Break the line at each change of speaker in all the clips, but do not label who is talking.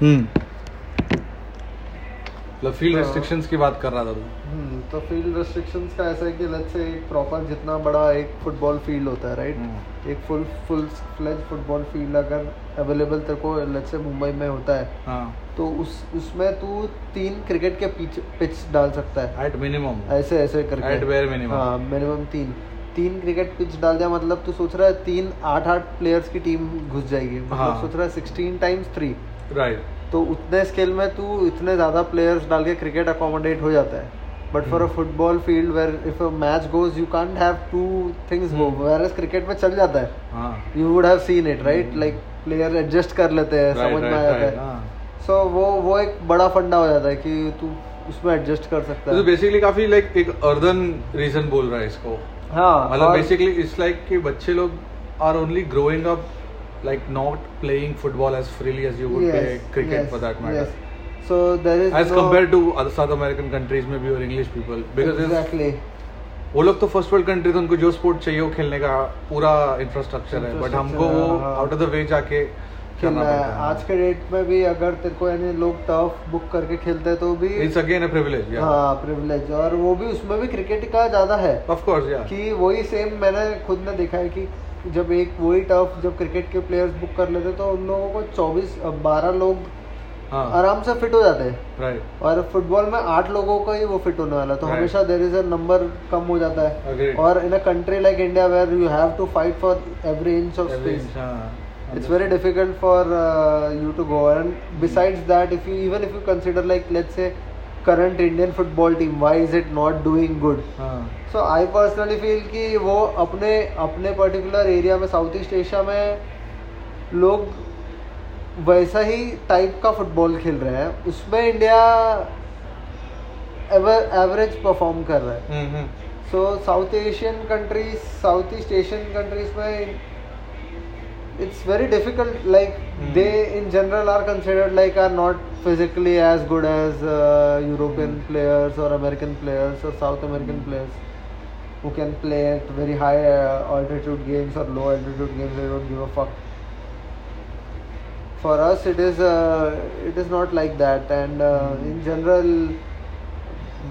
हम्म हाँ।
मतलब field restrictions की बात कर रहा था तू
हम्म, तो फील्ड रेस्ट्रिक्शंस का ऐसा है कि लेट्स से एक प्रॉपर जितना बड़ा एक फुटबॉल फील्ड होता है राइट
हम्म।
एक full full fledge football field अगर अवेलेबल तेरे को लेट्स से मुंबई में होता है
हाँ
तो उस उसमें तू तीन क्रिकेट के पिच पिच डाल सकता है
एट मिनिमम
ऐसे ऐसे करके
At bare minimum.
हाँ मिनिमम तीन तीन क्रिकेट पिच डाल दिया मतलब तू सोच रहा है तीन आठ आठ प्लेयर्स की टीम घुस जाएगी मतलब
हाँ।
सोच रहा है सिक्सटीन टाइम्स थ्री
राइट
तो उतने स्केल में तू इतने ज़्यादा प्लेयर्स डाल के क्रिकेट अकोमोडेट हो जाता है but for a
hmm.
Football field where if a match goes you can't have two things go
hmm.
Where cricket में चल जाता है
हाँ
you would have seen it right
hmm.
Like player adjust कर लेते हैं
Right,
समझ में
right,
आ जाता
right,
है
हाँ।
सो वो वो एक बड़ा फंडा हो जाता है कि तू उसमें एडजस्ट कर सकता
तो
है
बेसिकली काफी लाइक एक अर्दन रीजन बोल रहा है इसको
हाँ
मतलब
और-
बेसिकली इट्स लाइक कि बच्चे लोग are only growing up like not playing football as freely as you would play cricket for that matter
So there is
as
no-
compare to South American countries में भी और English people because
exactly.
वो लोग तो first world country तो उनको जो sport चाहिए वो खेलने का पूरा इंफ्रास्ट्रक्चर है बट
Infrastructure
हमको
है,
वो
हाँ।
आउट ऑफ द वे जाके
खेलना
खेलना
है आज
पड़ता हाँ।
के डेट में भी अगर तेरे को यानी लोग टफ बुक करके खेलते हैं तो भी
है इट्स अगेन अ प्रिविलेज या
हाँ प्रिविलेज और वो भी उसमें भी क्रिकेट का ज्यादा है
ऑफ कोर्स या
कि वही सेम मैंने खुद ने देखा है कि जब एक वही टफ जब क्रिकेट के प्लेयर्स बुक कर लेते हैं, तो उन लोगों को 24 12 लोग
हाँ
आराम से फिट हो जाते हैं
राइट
और फुटबॉल में आठ लोगों का ही वो फिट होने वाला है, तो
Right.
हमेशा देर इज अ नंबर कम हो जाता है
Agreed.
और in a country like India where you have to fight for every inch of space
हाँ,
it's very difficult for uh, you to go and besides that if you even if you consider like let's say current indian football team why is it not doing good
हाँ
so i personally feel कि वो अपने अपने particular area में South East Asia में लोग वैसा ही टाइप का फुटबॉल खेल रहे हैं उसमें इंडिया एवरेज परफॉर्म कर रहा है
hmm
so South Asian countries South East Asian countries में it's very difficult like
Hmm.
They in general are considered like are not physically as good as uh, European
Hmm.
Players और American players और South American
Hmm.
Players who can play at very high uh, altitude games or low altitude games they don't give a fuck for us it is uh, it is not like that and uh,
Hmm.
in general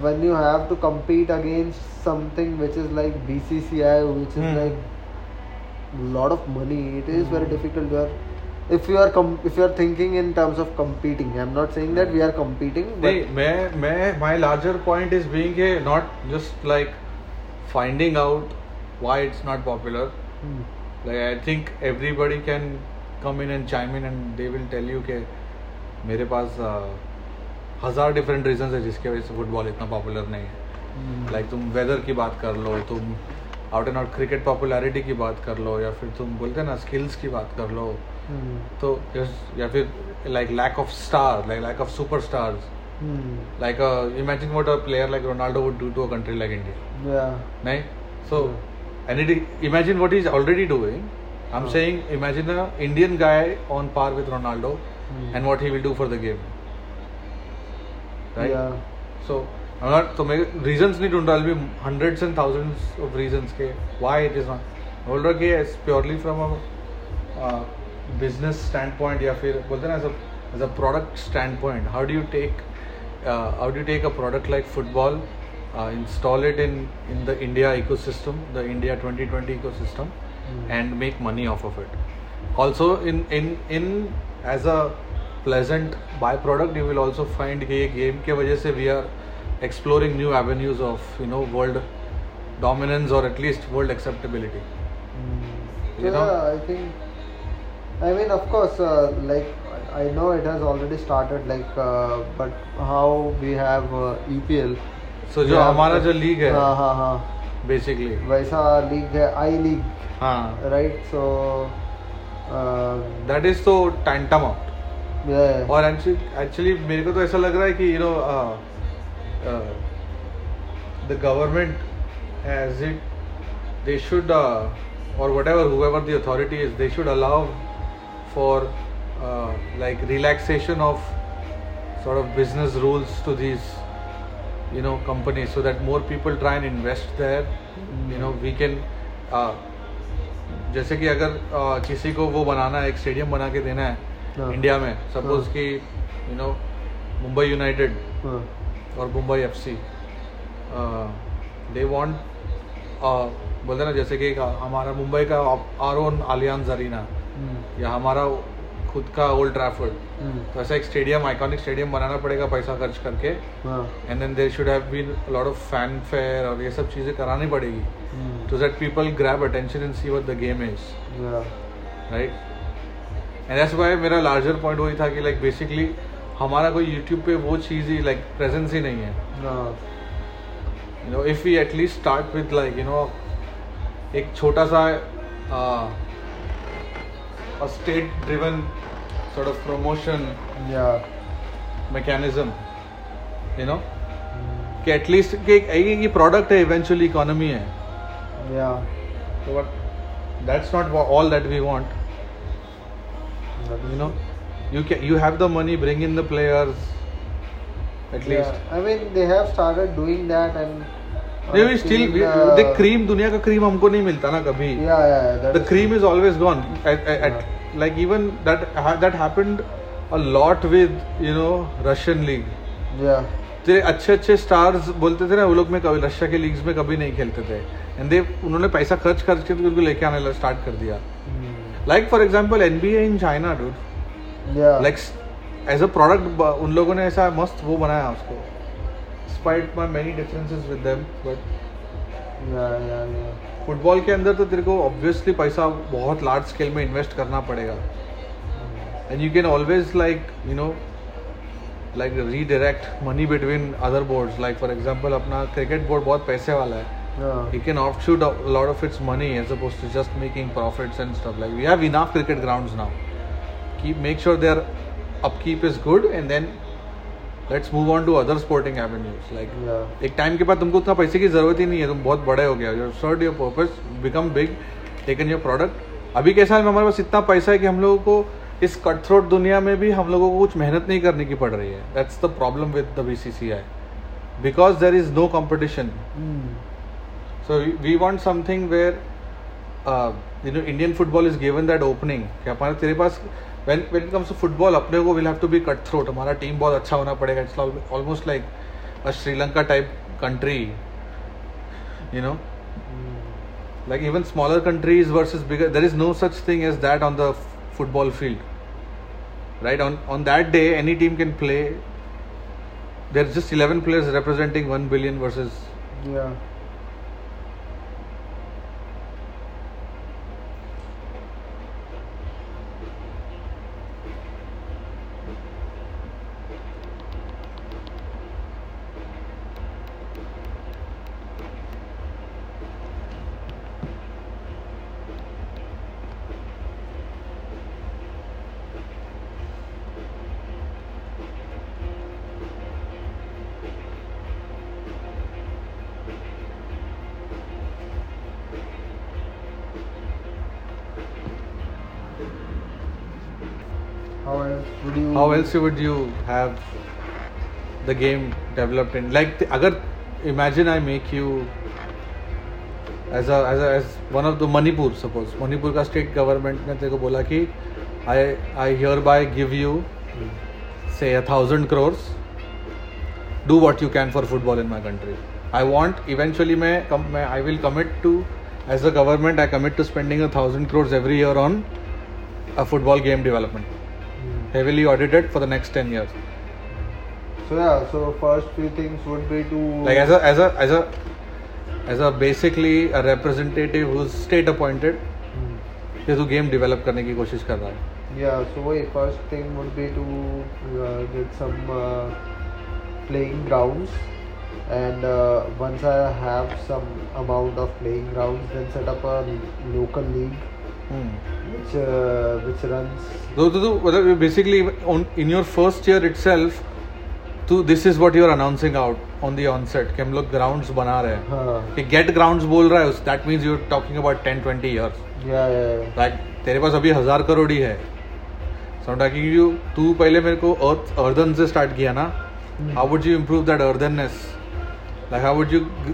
when you have to compete against something which is like BCCI, which is
Hmm.
like lot of money, it is very
Hmm.
difficult. You are, if you are com- if you are thinking in terms of competing, I'm not saying that we
Hmm.
are competing,
नहीं
but
मैं मैं my larger point is being a not just like finding out why it's not popular
Hmm.
like i think everybody can come in and chime in and they will tell you कि मेरे पास uh, हजार different reasons है जिसकी वजह से football इतना popular नहीं है
Hmm.
लाइक तुम वेदर की बात कर लो तुम out and out cricket popularity की बात कर लो या फिर तुम बोलते हैं ना स्किल्स की बात कर लो
Hmm.
तो just- या फिर like lack of star like lack of super stars
Hmm.
Like imagine what a player like Ronaldo would do to a country like India
yeah,
Nahin? So, and it, imagine what he's already doing. I'm
Hmm.
saying, imagine a Indian guy on par with Ronaldo
Hmm.
and what he will do for the game. Right?
yeah.
So, I'm not, so मेरे reasons नहीं ढूंढ रहा, I'll be hundreds and thousands of reasons के why it is not. मैं बोल रहा कि it's purely from a uh, business standpoint या फिर बोलते हैं ना as a as a product standpoint, how do you take uh, how do you take a product like football, uh, install it in in the India ecosystem, the India 2020 ecosystem,
Hmm.
and make money off of it. Also, in in in as a pleasant byproduct, you will also find कि ये game के वजह से we are exploring new avenues of you know world dominance or at least world acceptability.
So,
You know?
Yeah, I think. I mean, of course, uh, like I I know it has already started, like, uh, but how we have uh, EPL.
So जो
Yeah.
हमारा जो league है
हाँ हाँ हाँ
basically
वैसा league है I league
हाँ
right so uh,
that is so tantamount. और एक्चुअली मेरे को तो ऐसा लग रहा है कि uh, you know uh, the government as it they should और whatever whoever the authority is they should allow for like relaxation of sort of business rules to these you know companies so that more people try and invest there you know we can uh, जैसे कि अगर uh, किसी को वो बनाना है एक stadium बना के देना है
हाँ।
है इंडिया में सपोज
हाँ।
कि यू नो मुंबई यूनाइटेड
हाँ,
और Mumbai F C uh, they want uh, बोलते हैं ना जैसे कि एक हमारा मुंबई का our own Allianz Arena
hmm,
या हमारा खुद का ओल्ड ट्रैफर्ड
हम्म,
तो ऐसा एक स्टेडियम आइकॉनिक स्टेडियम बनाना पड़ेगा पैसा खर्च करके
हाँ,
and then there should have been lot of fanfare और ये सब चीज़ें करानी पड़ेगी
हम्म,
so that people grab attention and see what the game is
yeah,
right and that's why मेरा larger point वही था कि like basically हमारा कोई YouTube पे वो चीज़ ही like presence ही नहीं है
हाँ,
you know if we at least start with like you know एक छोटा सा uh, a state driven sort of promotion
yeah,
mechanism you know
हम्म,
कि at least कि एक- एक ये product है eventually economy है
yeah.
so but that's not wha- all that we want
That
you
is-
know you can you have the money bring in the players at
Yeah,
least
I mean, they have started doing that and.
they
uh,
will still
seeing
we,
the-
the cream दुनिया का cream हमको नहीं मिलता ना कभी
uh, Yeah, yeah, yeah. that
the
is-
cream is always gone at, at, at, like even that ha- that happened a lot with you know Russian league
Yeah,
तेरे अच्छे अच्छे स्टार्स बोलते थे ना वो लोग में कभी रशिया के लीग्स में कभी नहीं खेलते थे एंड दे उन्होंने पैसा खर्च करके उनको लेके आने स्टार्ट कर दिया
hmm,
like for example NBA in China dude
yeah.
Like as a product उन लोगों ने ऐसा मस्त वो बनाया उसको spite my many differences with them but
yeah, yeah, yeah.
Football के अंदर तो तेरे को ऑब्वियसली पैसा बहुत लार्ज स्केल में इन्वेस्ट करना पड़ेगा
Hmm. Hmm,
and you can always like you know like redirect money between other boards like for example अपना क्रिकेट बोर्ड बहुत पैसे वाला है
Yeah.
You can off shoot lot of its money as oppose to just making profits and stuff like we have enough cricket grounds now keep make sure their upkeep is good and then let's move on to other sporting avenues like
Yeah.
एक time के बाद तुमको उतना पैसे की जरूरत ही नहीं है तुम बहुत बड़े हो गए your sort your purpose become big taken your product अभी कैसा है हमारे पास इतना पैसा है कि हम लोगों को इस कट थ्रोट दुनिया में भी हम लोगों को कुछ मेहनत नहीं करने की पड़ रही है that's the problem with the B C C I because there is no competition
Mm.
So we, we want something where uh, you know Indian football is given that opening. कि हमारे तेरे पास when when it comes to football अपने को will have to be cut throat. हमारा team बहुत अच्छा होना पड़ेगा. It's al- almost like a Sri Lanka type country. You know,
Hmm.
like even smaller countries versus bigger. There is no such thing as that on the f- football field. Right on on that day, any team can play. There's just 11 players representing 1 billion versus
Yeah. How else would you?
how else would you have the game developed in like the, agar imagine i make you as a as a as one of the manipur suppose manipur का state government ने तेरे को बोला कि i i hereby give you
Mm.
say a thousand crores do what you can for football in my country i want eventually may come may i will commit to as a government i commit to spending a thousand crores every year on a football game development
Mm.
heavily audited for the next 10 years
So yeah. So first few things would be to
like as a as a as a as a basically a representative who's state appointed
Mm.
ये तो game develop करने की कोशिश कर रहा है
Yeah, so wait, first thing would be to uh, get some uh, playing grounds, and uh, once I have some amount of playing grounds, then set up a l- local league
hmm.
which uh, which runs.
तो तो तो मतलब basically in your first year itself तो this is what you are announcing out on the onset कि हम लोग grounds बना रहे हैं
Huh.
कि गेट ग्राउंड्स बोल रहा है उस that means you are talking about 10 20 years
Yeah, yeah, yeah.
Like तेरे पास अभी हजार करोड़ ही है सो टॉकिंग यू तू पहले मेरे को अर्थ अर्दन से स्टार्ट किया ना
Hmm.
how would you improve that earthenness like how would you g-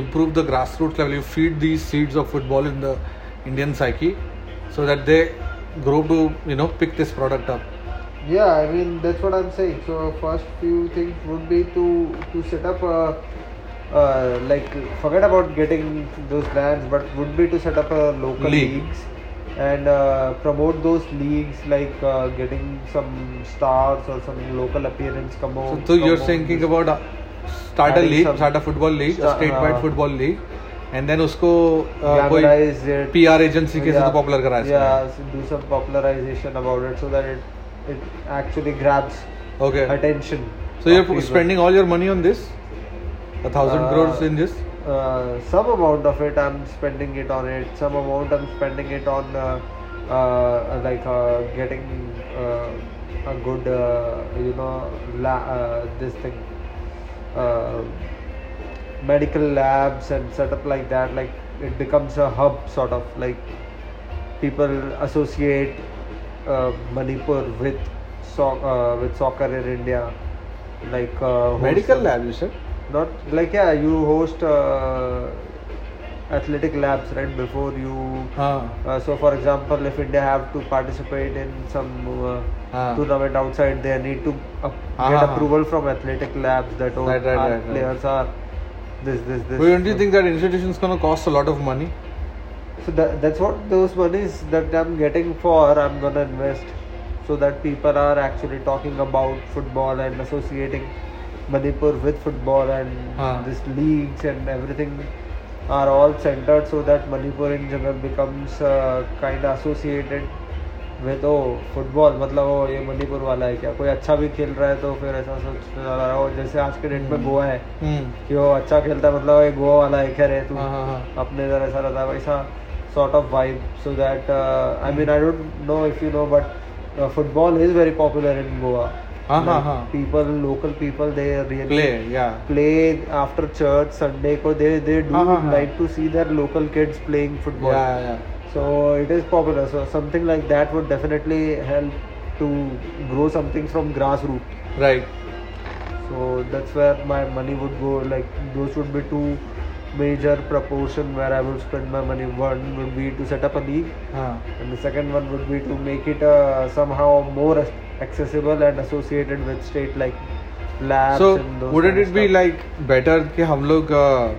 improve the grassroots level you feed these seeds of football in the indian psyche so that they group to you know pick this product up
yeah i mean that's what i'm saying so first few things would be to to set up a uh, like forget about getting those brands but would be to set up a local
League.
leagues and uh, promote those leagues like uh, getting some stars or some local appearance come
so,
on
so you're
Oh, come on
thinking
this-
about uh, start a
Adding
league
some-
start a football league a
Sta-
statewide
हाँ।
Football league and then उसको uh, कोई
glamorize it
PR agency के साथ popular करा
yeah so do some popularization about it so that it it actually grabs
okay
attention
so
of
you are
people.
Spending all your money on this a thousand
Uh,
crores in this
uh, some amount of it I'm spending it on it. Some amount I'm spending it on uh, uh, like uh, getting uh, a good uh, you know la- uh, this thing uh, medical labs and setup like that. Like it becomes a hub sort of like people associate uh, Manipur with so- uh, with soccer in India. Like uh, host
medical
some-
lab you said
not like yeah you host uh, athletic labs right before you
हाँ
uh, so for example if india have to participate in some uh,
हाँ
tournament outside they need to up-
Ah,
get
ah, ah.
approval from athletic labs that oh,
Right, right,
our
right, right.
players are this this this
But don't you think that institution's gonna cost a lot of money?
so that, that's what those monies that i'm getting for i'm gonna invest so that people are actually talking about football and associating manipur with football and
Ah.
this leagues and everything are all centered so that manipur in general becomes uh, kind of associated with oh football मतलब ओ ये मणिपुर वाला है क्या कोई अच्छा भी खेल रहा है तो फिर ऐसा सोचने वाला हो जैसे आज के डेट में
Hmm.
गोवा है
Hmm.
कि वो अच्छा खेलता है मतलब ये गोवा वाला है क्या रे तू
हाँ, हाँ, हाँ.
अपने इधर ऐसा रहता है वैसा sort of vibe so that uh, I mean I don't know if you know but uh, football is very popular in Goa
हाँ, हाँ,
Like,
हाँ.
people local people they really
Play, yeah.
play after church Sunday ko they they do
हाँ, हाँ, हाँ.
like to see their local kids playing football
Yeah, yeah.
so it is popular so something like that would definitely help to grow something from grassroots
Right.
so that's where my money would go. Like those would be two major proportion where I would spend my money. One would be to set up a league,
हाँ.
and the second one would be to make it uh, somehow more ac- accessible and associated with state like labs
So
and those.
wouldn't
kind of
it be
stuff.
like better कि हम लोग uh,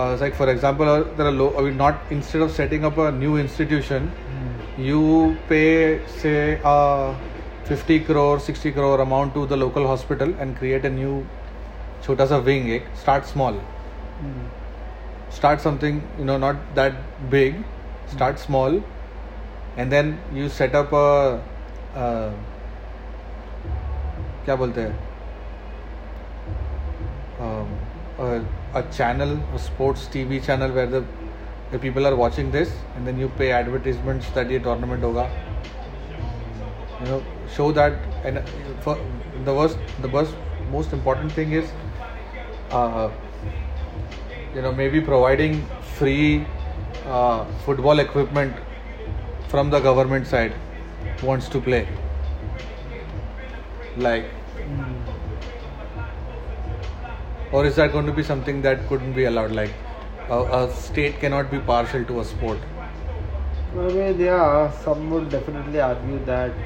uh, like for example uh, there are low, I mean not instead of setting up a new institution
Hmm.
you pay say uh, 50 crore 60 crore amount to the local hospital and create a new छोटा सा wing एक start small
Hmm.
start something you know not that big start small and then you set up a, a क्या बोलते हैं um, a, a channel a sports TV channel where the the people are watching this and then you pay advertisements that ये tournament होगा you know show that and uh, for the worst the worst most important thing is uh, you know maybe providing free uh, football equipment from the government side wants to play like or is that going to be something that couldn't be allowed like a, a state cannot be partial to a sport
I mean, yeah, some would definitely argue that.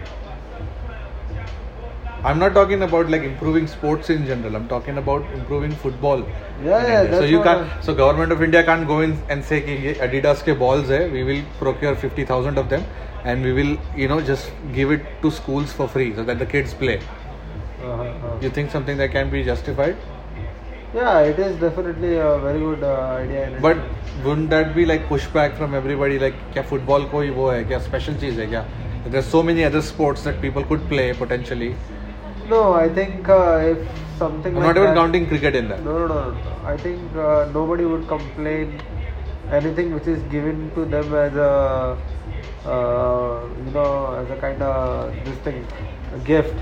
i'm not talking about like improving sports in general i'm talking about improving football
Yeah,
in
yeah.
India.
That's
so you
what
can't
I-
so government of india can't go in and say कि ये adidas के balls है we will procure 50000 of them and we will you know just give it to schools for free so that the kids play
Uh-huh, uh-huh.
you think something that can be justified
Yeah, it is definitely a very good uh, idea. and it-
but wouldn't that be like pushback from everybody like क्या football कोई वो है क्या special चीज़ है क्या there's so many other sports that people could play potentially
no, I think uh, if something
I'm
like
not even
that-
counting cricket in that
No, no, no. I think uh, nobody would complain anything which is given to them as a, uh, you know, as a kind of this thing, a gift.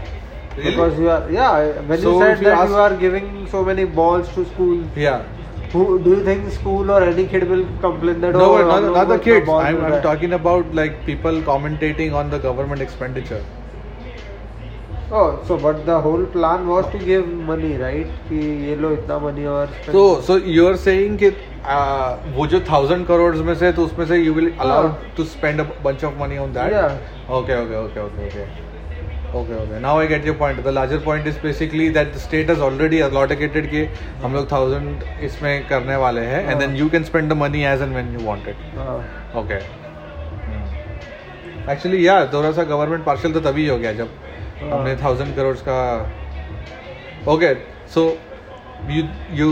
Really?
Because you are, yeah. When
So
you
if
said
you
that you
ask-
are giving so many balls to school,
yeah
who do you think school or any kid will complain that?
no,
oh,
but
I'm
not, not the
got my
kids.
ball
I'm,
to
I'm
that."
talking about like people commentating on the government expenditure.
Oh, so but the whole plan was to give money, right? कि ये लो इतना money और spend-
So, so you're saying that uh, वो जो thousand crore में से तो उसमें से you will allowed to spend bunch of money on that
Yeah.
Okay okay okay okay okay okay okay now I get your point the larger point is basically that the state has already allocated कि हम लोग thousand इसमें करने वाले हैं and then
हाँ.
You can spend the money as and when you want it
हाँ
okay actually यार Hmm. थोड़ा सा गवर्नमेंट पार्शल तो तभी हो गया जब
हाँ।
हमने थाउजेंड करोड़ का okay so you you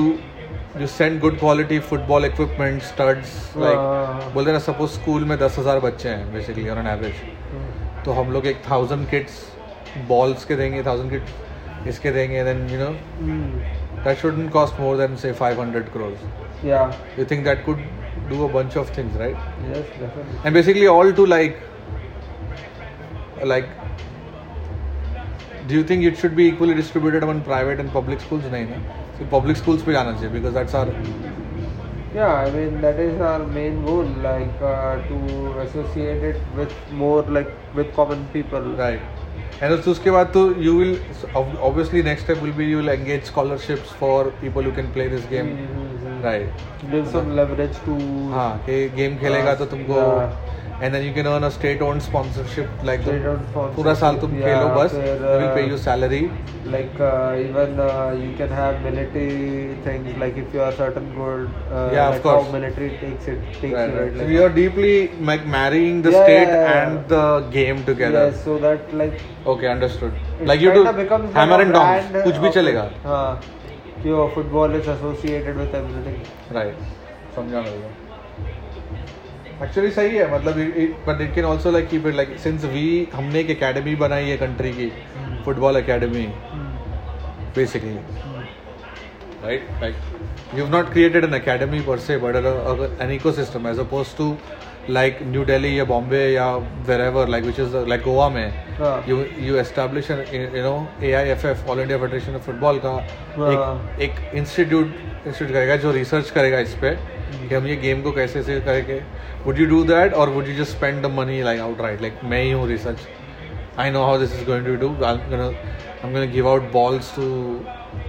you send good quality football equipment studs like
हाँ।
बोलते ना सपोज स्कूल में दस हज़ार बच्चे हैं बेसिकली ऑन एन एवरेज
हम्म,
तो हम लोग एक थाउजेंड किट्स बॉल्स के देंगे थाउजेंड किट्स इसके देंगे then you know
hmm,
that shouldn't cost more than से five hundred crore
yeah
you think that could do a bunch of things right
yes definitely
and basically all to like like do you think it should be equally distributed among private and public schools नहीं ना so public schools पे जाना चाहिए because that's our
yeah i mean that is our main goal like uh, to associate it with more like with common people
right and also उसके बाद तो you will ob- obviously next step will be you will engage scholarships for people who can play this game
mm
right
give some leverage to
हाँ कि game खेलेगा तो तुमको
Yeah.
and then you can earn a state owned sponsorship like तुम
State-owned sponsorship,
पूरा साल तुम खेलो
yeah,
बस
फिर,
we will
uh,
pay you salary
like uh, even uh, you can have military things like if you are certain goal uh,
Yeah, of
like
course.
how military takes it takes
Right,
it
right. So
like-
you're deeply like marrying the
Yeah,
state
yeah, yeah.
and the game together.
yes, so that like
Okay, understood.
it
like you do
kinda becomes like
hammer
a
and tongs.
brand
कुछ भी
of-
चलेगा.
हाँ कि वो football is associated with everything
Right. समझा मेरे को. Actually सही है मतलब it, it, but it can also like keep it like since we हमने एक academy बनाई है country की
Hmm.
football academy
Hmm.
basically right like you've not created an academy per se but a, a, an ecosystem as opposed to like New Delhi या Bombay या wherever like which is uh, like Goa में
हाँ.
you you establish an you know AIFF All India Federation of Football का
हाँ.
एक एक institute institute करेगा जो रिसर्च करेगा इस पे कि हम ये गेम को कैसे से करके वुड यू डू दैट और would you just spend the money like out right like मैं ही हूँ research I know how this is going to do I'm going to give out balls to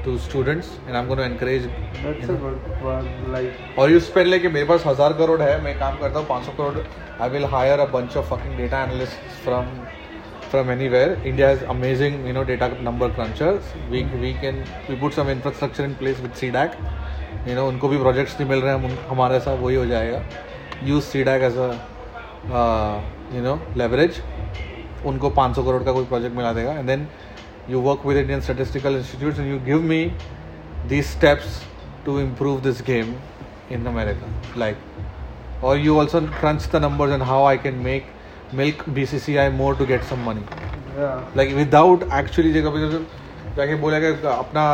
to students and I'm going to encourage you
that's
know.
a good one like
और you spend लेके मेरे पास हजार करोड़ है मैं काम करता हूँ 500 crore I will hire a bunch of fucking data analyst from from anywhere India is amazing you know data number crunchers we we can we put some infrastructure in place with C DAC you know उनको भी projects नहीं मिल रहे हैं हम उन- हमारे साथ वही हो जाएगा use C DAC as a you know leverage उनको 500 करोड़ का कोई प्रोजेक्ट मिला देगा and then you work with Indian Statistical Institute and you give me these steps to improve this game in America. Like, or you also crunch the numbers and how I can make milk BCCI more to get some money.
yeah
Like without actually जगह पे जब जाके बोलेगा कि अपना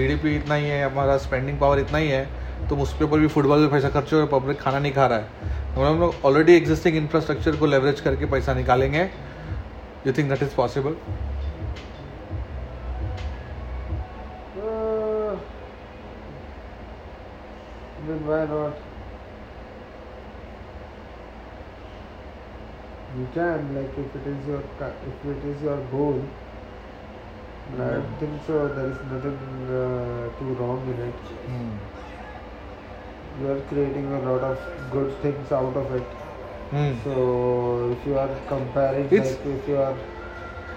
GDP इतना ही है हमारा स्पेंडिंग पावर इतना ही है तुम उसके ऊपर भी फुटबॉल पे पैसा खर्च हो रहे पब्लिक खाना नहीं खा रहा है तो हम लोग ऑलरेडी एग्जिस्टिंग इंफ्रास्ट्रक्चर को लेवरेज करके पैसा निकालेंगे you think that is possible
uh, then why not you can like if it is your ca- if it is your goal but I
Hmm.
don't think so there is nothing uh, too wrong in it you are creating a lot of good things out of it
Hmm.
so if you are comparing
It's-
like if you are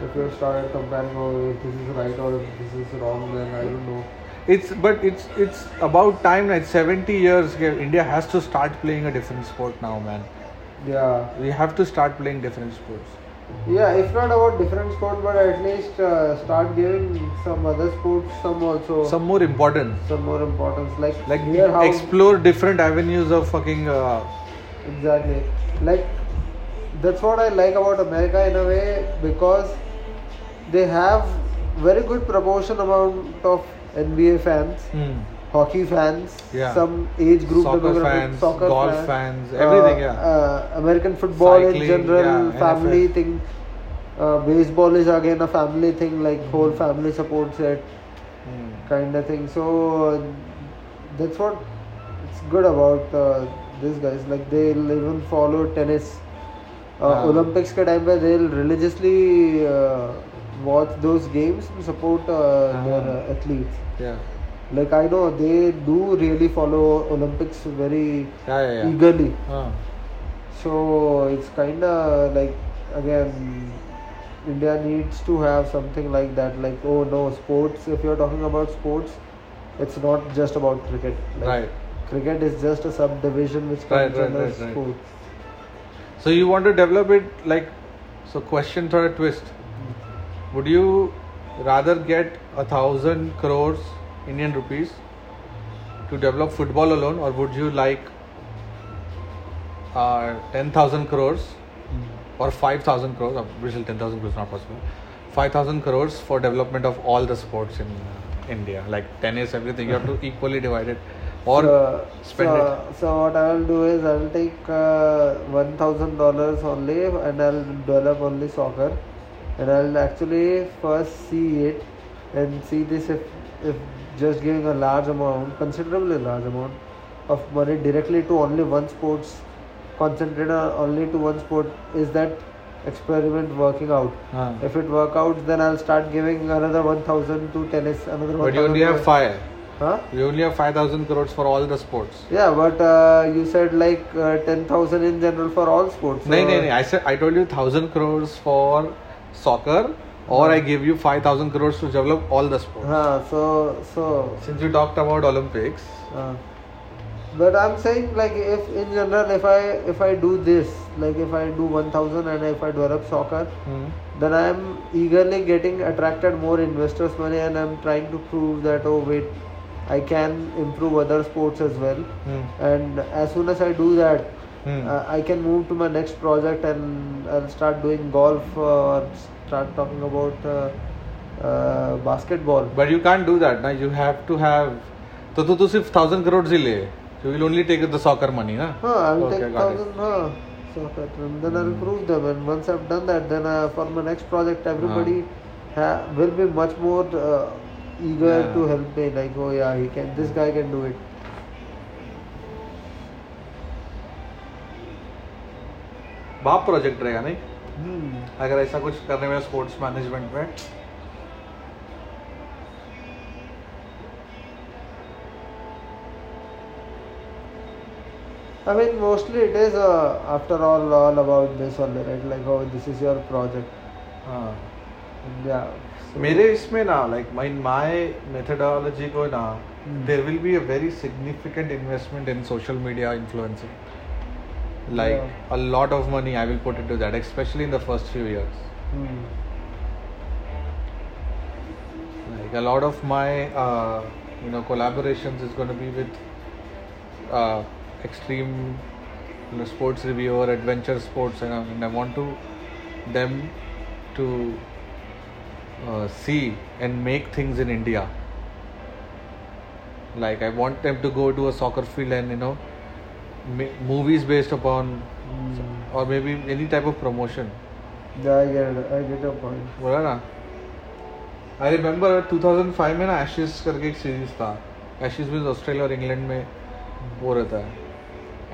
if you started comparing oh if this is right or if this is wrong then i don't know
it's but it's it's about time like 70 years okay, india has to start playing a different sport now man
yeah
we have to start playing different sports
yeah if not about different sport but at least uh, start giving some other sports some also
some more importance
some more importance like
like
here how
explore different avenues of fucking uh,
exactly like that's what i like about america in a way because they have very good proportion amount of nba fans
hmm,
hockey fans,
Yeah.
some age group
Soccer
demographic,
fans,
soccer
golf
fan-
fans,
uh,
everything, yeah.
uh, American football
Cycling,
in general,
yeah,
family
NFL.
thing. Uh, baseball is again a family thing, like whole family supports it,
hmm.
kind of thing. So uh, that's what it's good about uh, these guys. Like they'll even follow tennis. Uh,
Yeah.
Olympics के time पे they'll religiously uh, watch those games and support uh, their
Uh-huh.
uh, athletes.
yeah
Like I know they do really follow Olympics very
Yeah, yeah, yeah.
eagerly.
Huh.
So it's kind of like again, India needs to have something like that. Like oh no, sports. If you're talking about sports, it's not just about cricket. Like,
Right.
Cricket is just a subdivision which
Right, right,
comes under
right, right.
sports.
So you want to develop it like so question for a twist. Would you rather get a thousand crores Indian rupees to develop football alone, or would you like uh, ten thousand crores or five thousand crores? Obviously, ten thousand crores not possible. Five thousand crores for development of all the sports in uh, India, like tennis, everything. You have to equally divide it, or
so,
spend
so,
it.
so what I'll do is I'll take uh, one thousand dollars only, and I'll develop only soccer, and I'll actually first see it and see this if if just giving a large amount, considerably large amount of money directly to only one sports, concentrated on only to one sport, is that experiment working out?
Huh.
If it work out, then I'll start giving another one thousand to tennis, another one
But you
thousand.
only have five.
Huh?
We only have 5,000 crores for all the sports.
Yeah, but uh, you said like uh, 10,000 in general for all sports.
No,
so-
no, no. I said I told you 1,000 crores for soccer, or I give you 5,000 crores to develop all the sports.
Huh, हाँ, so, so.
Since you talked about Olympics,
Uh, but I'm saying like if in general if I if I do this like if I do 1000 and if I develop soccer then I'm eagerly getting attracted more investors money and I'm trying to prove that oh wait I can improve other sports as well and as soon as I do that
Hmm.
Hmm. uh, I can move to my next project and I'll start doing golf uh, or start talking about uh, uh, basketball.
but you can't do that. Now you have to have. तो तो तू सिर्फ thousand crore ही ले you will only take the soccer money ना
Huh, I'll
Okay,
take
got it. Hmm.
thousand. Huh, so that, and then I'll prove them. And once I've done that, then uh, for my next project,
Uh-huh.
everybody ha- will be much more uh, eager
Yeah.
to help me. Like, oh yeah, he can. This guy can do it.
बाप project रहेगा नहीं
Hmm.
अगर ऐसा कुछ करने में sports management में
I mean, mostly it is uh, after all all about this only, right? Like, oh, this is your project.
हाँ
And yeah. so-
मेरे इसमें ना लाइक माई माई मेथडोलॉजी को ना
Hmm.
There will be a very significant investment in social media influencing like
Yeah.
A lot of money I will put it to that specially in the first few years
Hmm.
like a lot of my uh, you know collaborations is going to be with uh, extreme you know, sports reviewer adventure sports and, I- and i want to them to uh, see and make things in india like i want them to go to a soccer field and you know ma- movies based upon
Hmm.
or maybe any type of promotion
Yeah, I get it. I get your point.
बोला ना I remember 2005 में ना Ashes करके एक series था Ashes mean Australia और England में वो रहता है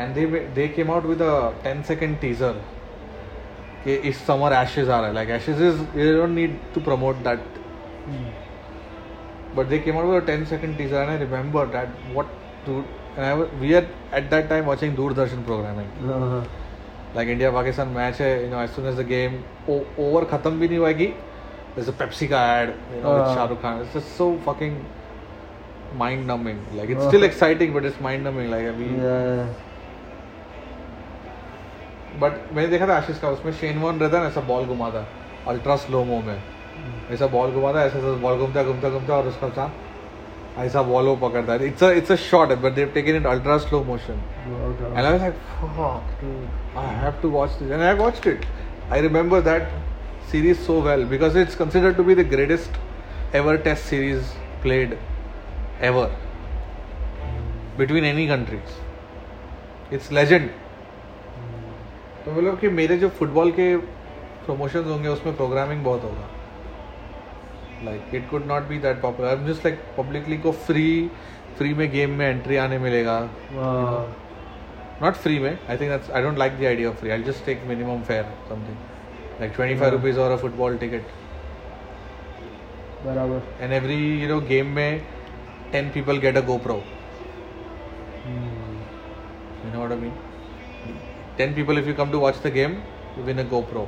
and they they came out with a 10 second teaser कि इस समर एशेज आ रहा है like Ashes is you don't need to promote that But they came out with a 10 second teaser, and I remember that what dude. And I was, we are at that time watching Doordarshan programming.
Uh-huh.
Like India Pakistan match है you know as soon as the game over खत्म भी नहीं होएगी there's a Pepsi का ad you know with
हाँ.
Shahrukh Khan it's just so fucking mind numbing like it's
हाँ.
still exciting but it's mind numbing like अभी
Yeah.
but मैंने देखा था आशीष का उसमें शेन वॉन रहता है ना ऐसा बॉल घुमाता अल्ट्रा स्लो मो में ऐसा बॉल घुमाता ऐसा ऐसा बॉल घूमता घूमता घूमता और उसका सा ऐसा बॉल वो पकड़ता है it's it's a shot but they've taken it ultra slow motion
Okay.
And I was like, fuck, dude, I have to watch this. And I watched it. I remember that series so well because it's considered to be the greatest ever test series played ever between any countries. It's legend. तो बोलो कि मेरे जो football के promotions होंगे उसमें programming बहुत होगा like it could not be that popular I am just like publicly को फ्री फ्री में गेम में एंट्री आने मिलेगा
Uh,
not free में I think that's I don't like the idea of free I'll just take minimum fare something like 25
Yeah.
rupees or a football ticket
बराबर
and every you know game में 10 people get a GoPro. You know what I mean? 10 people, if you come to watch the game, you win a GoPro.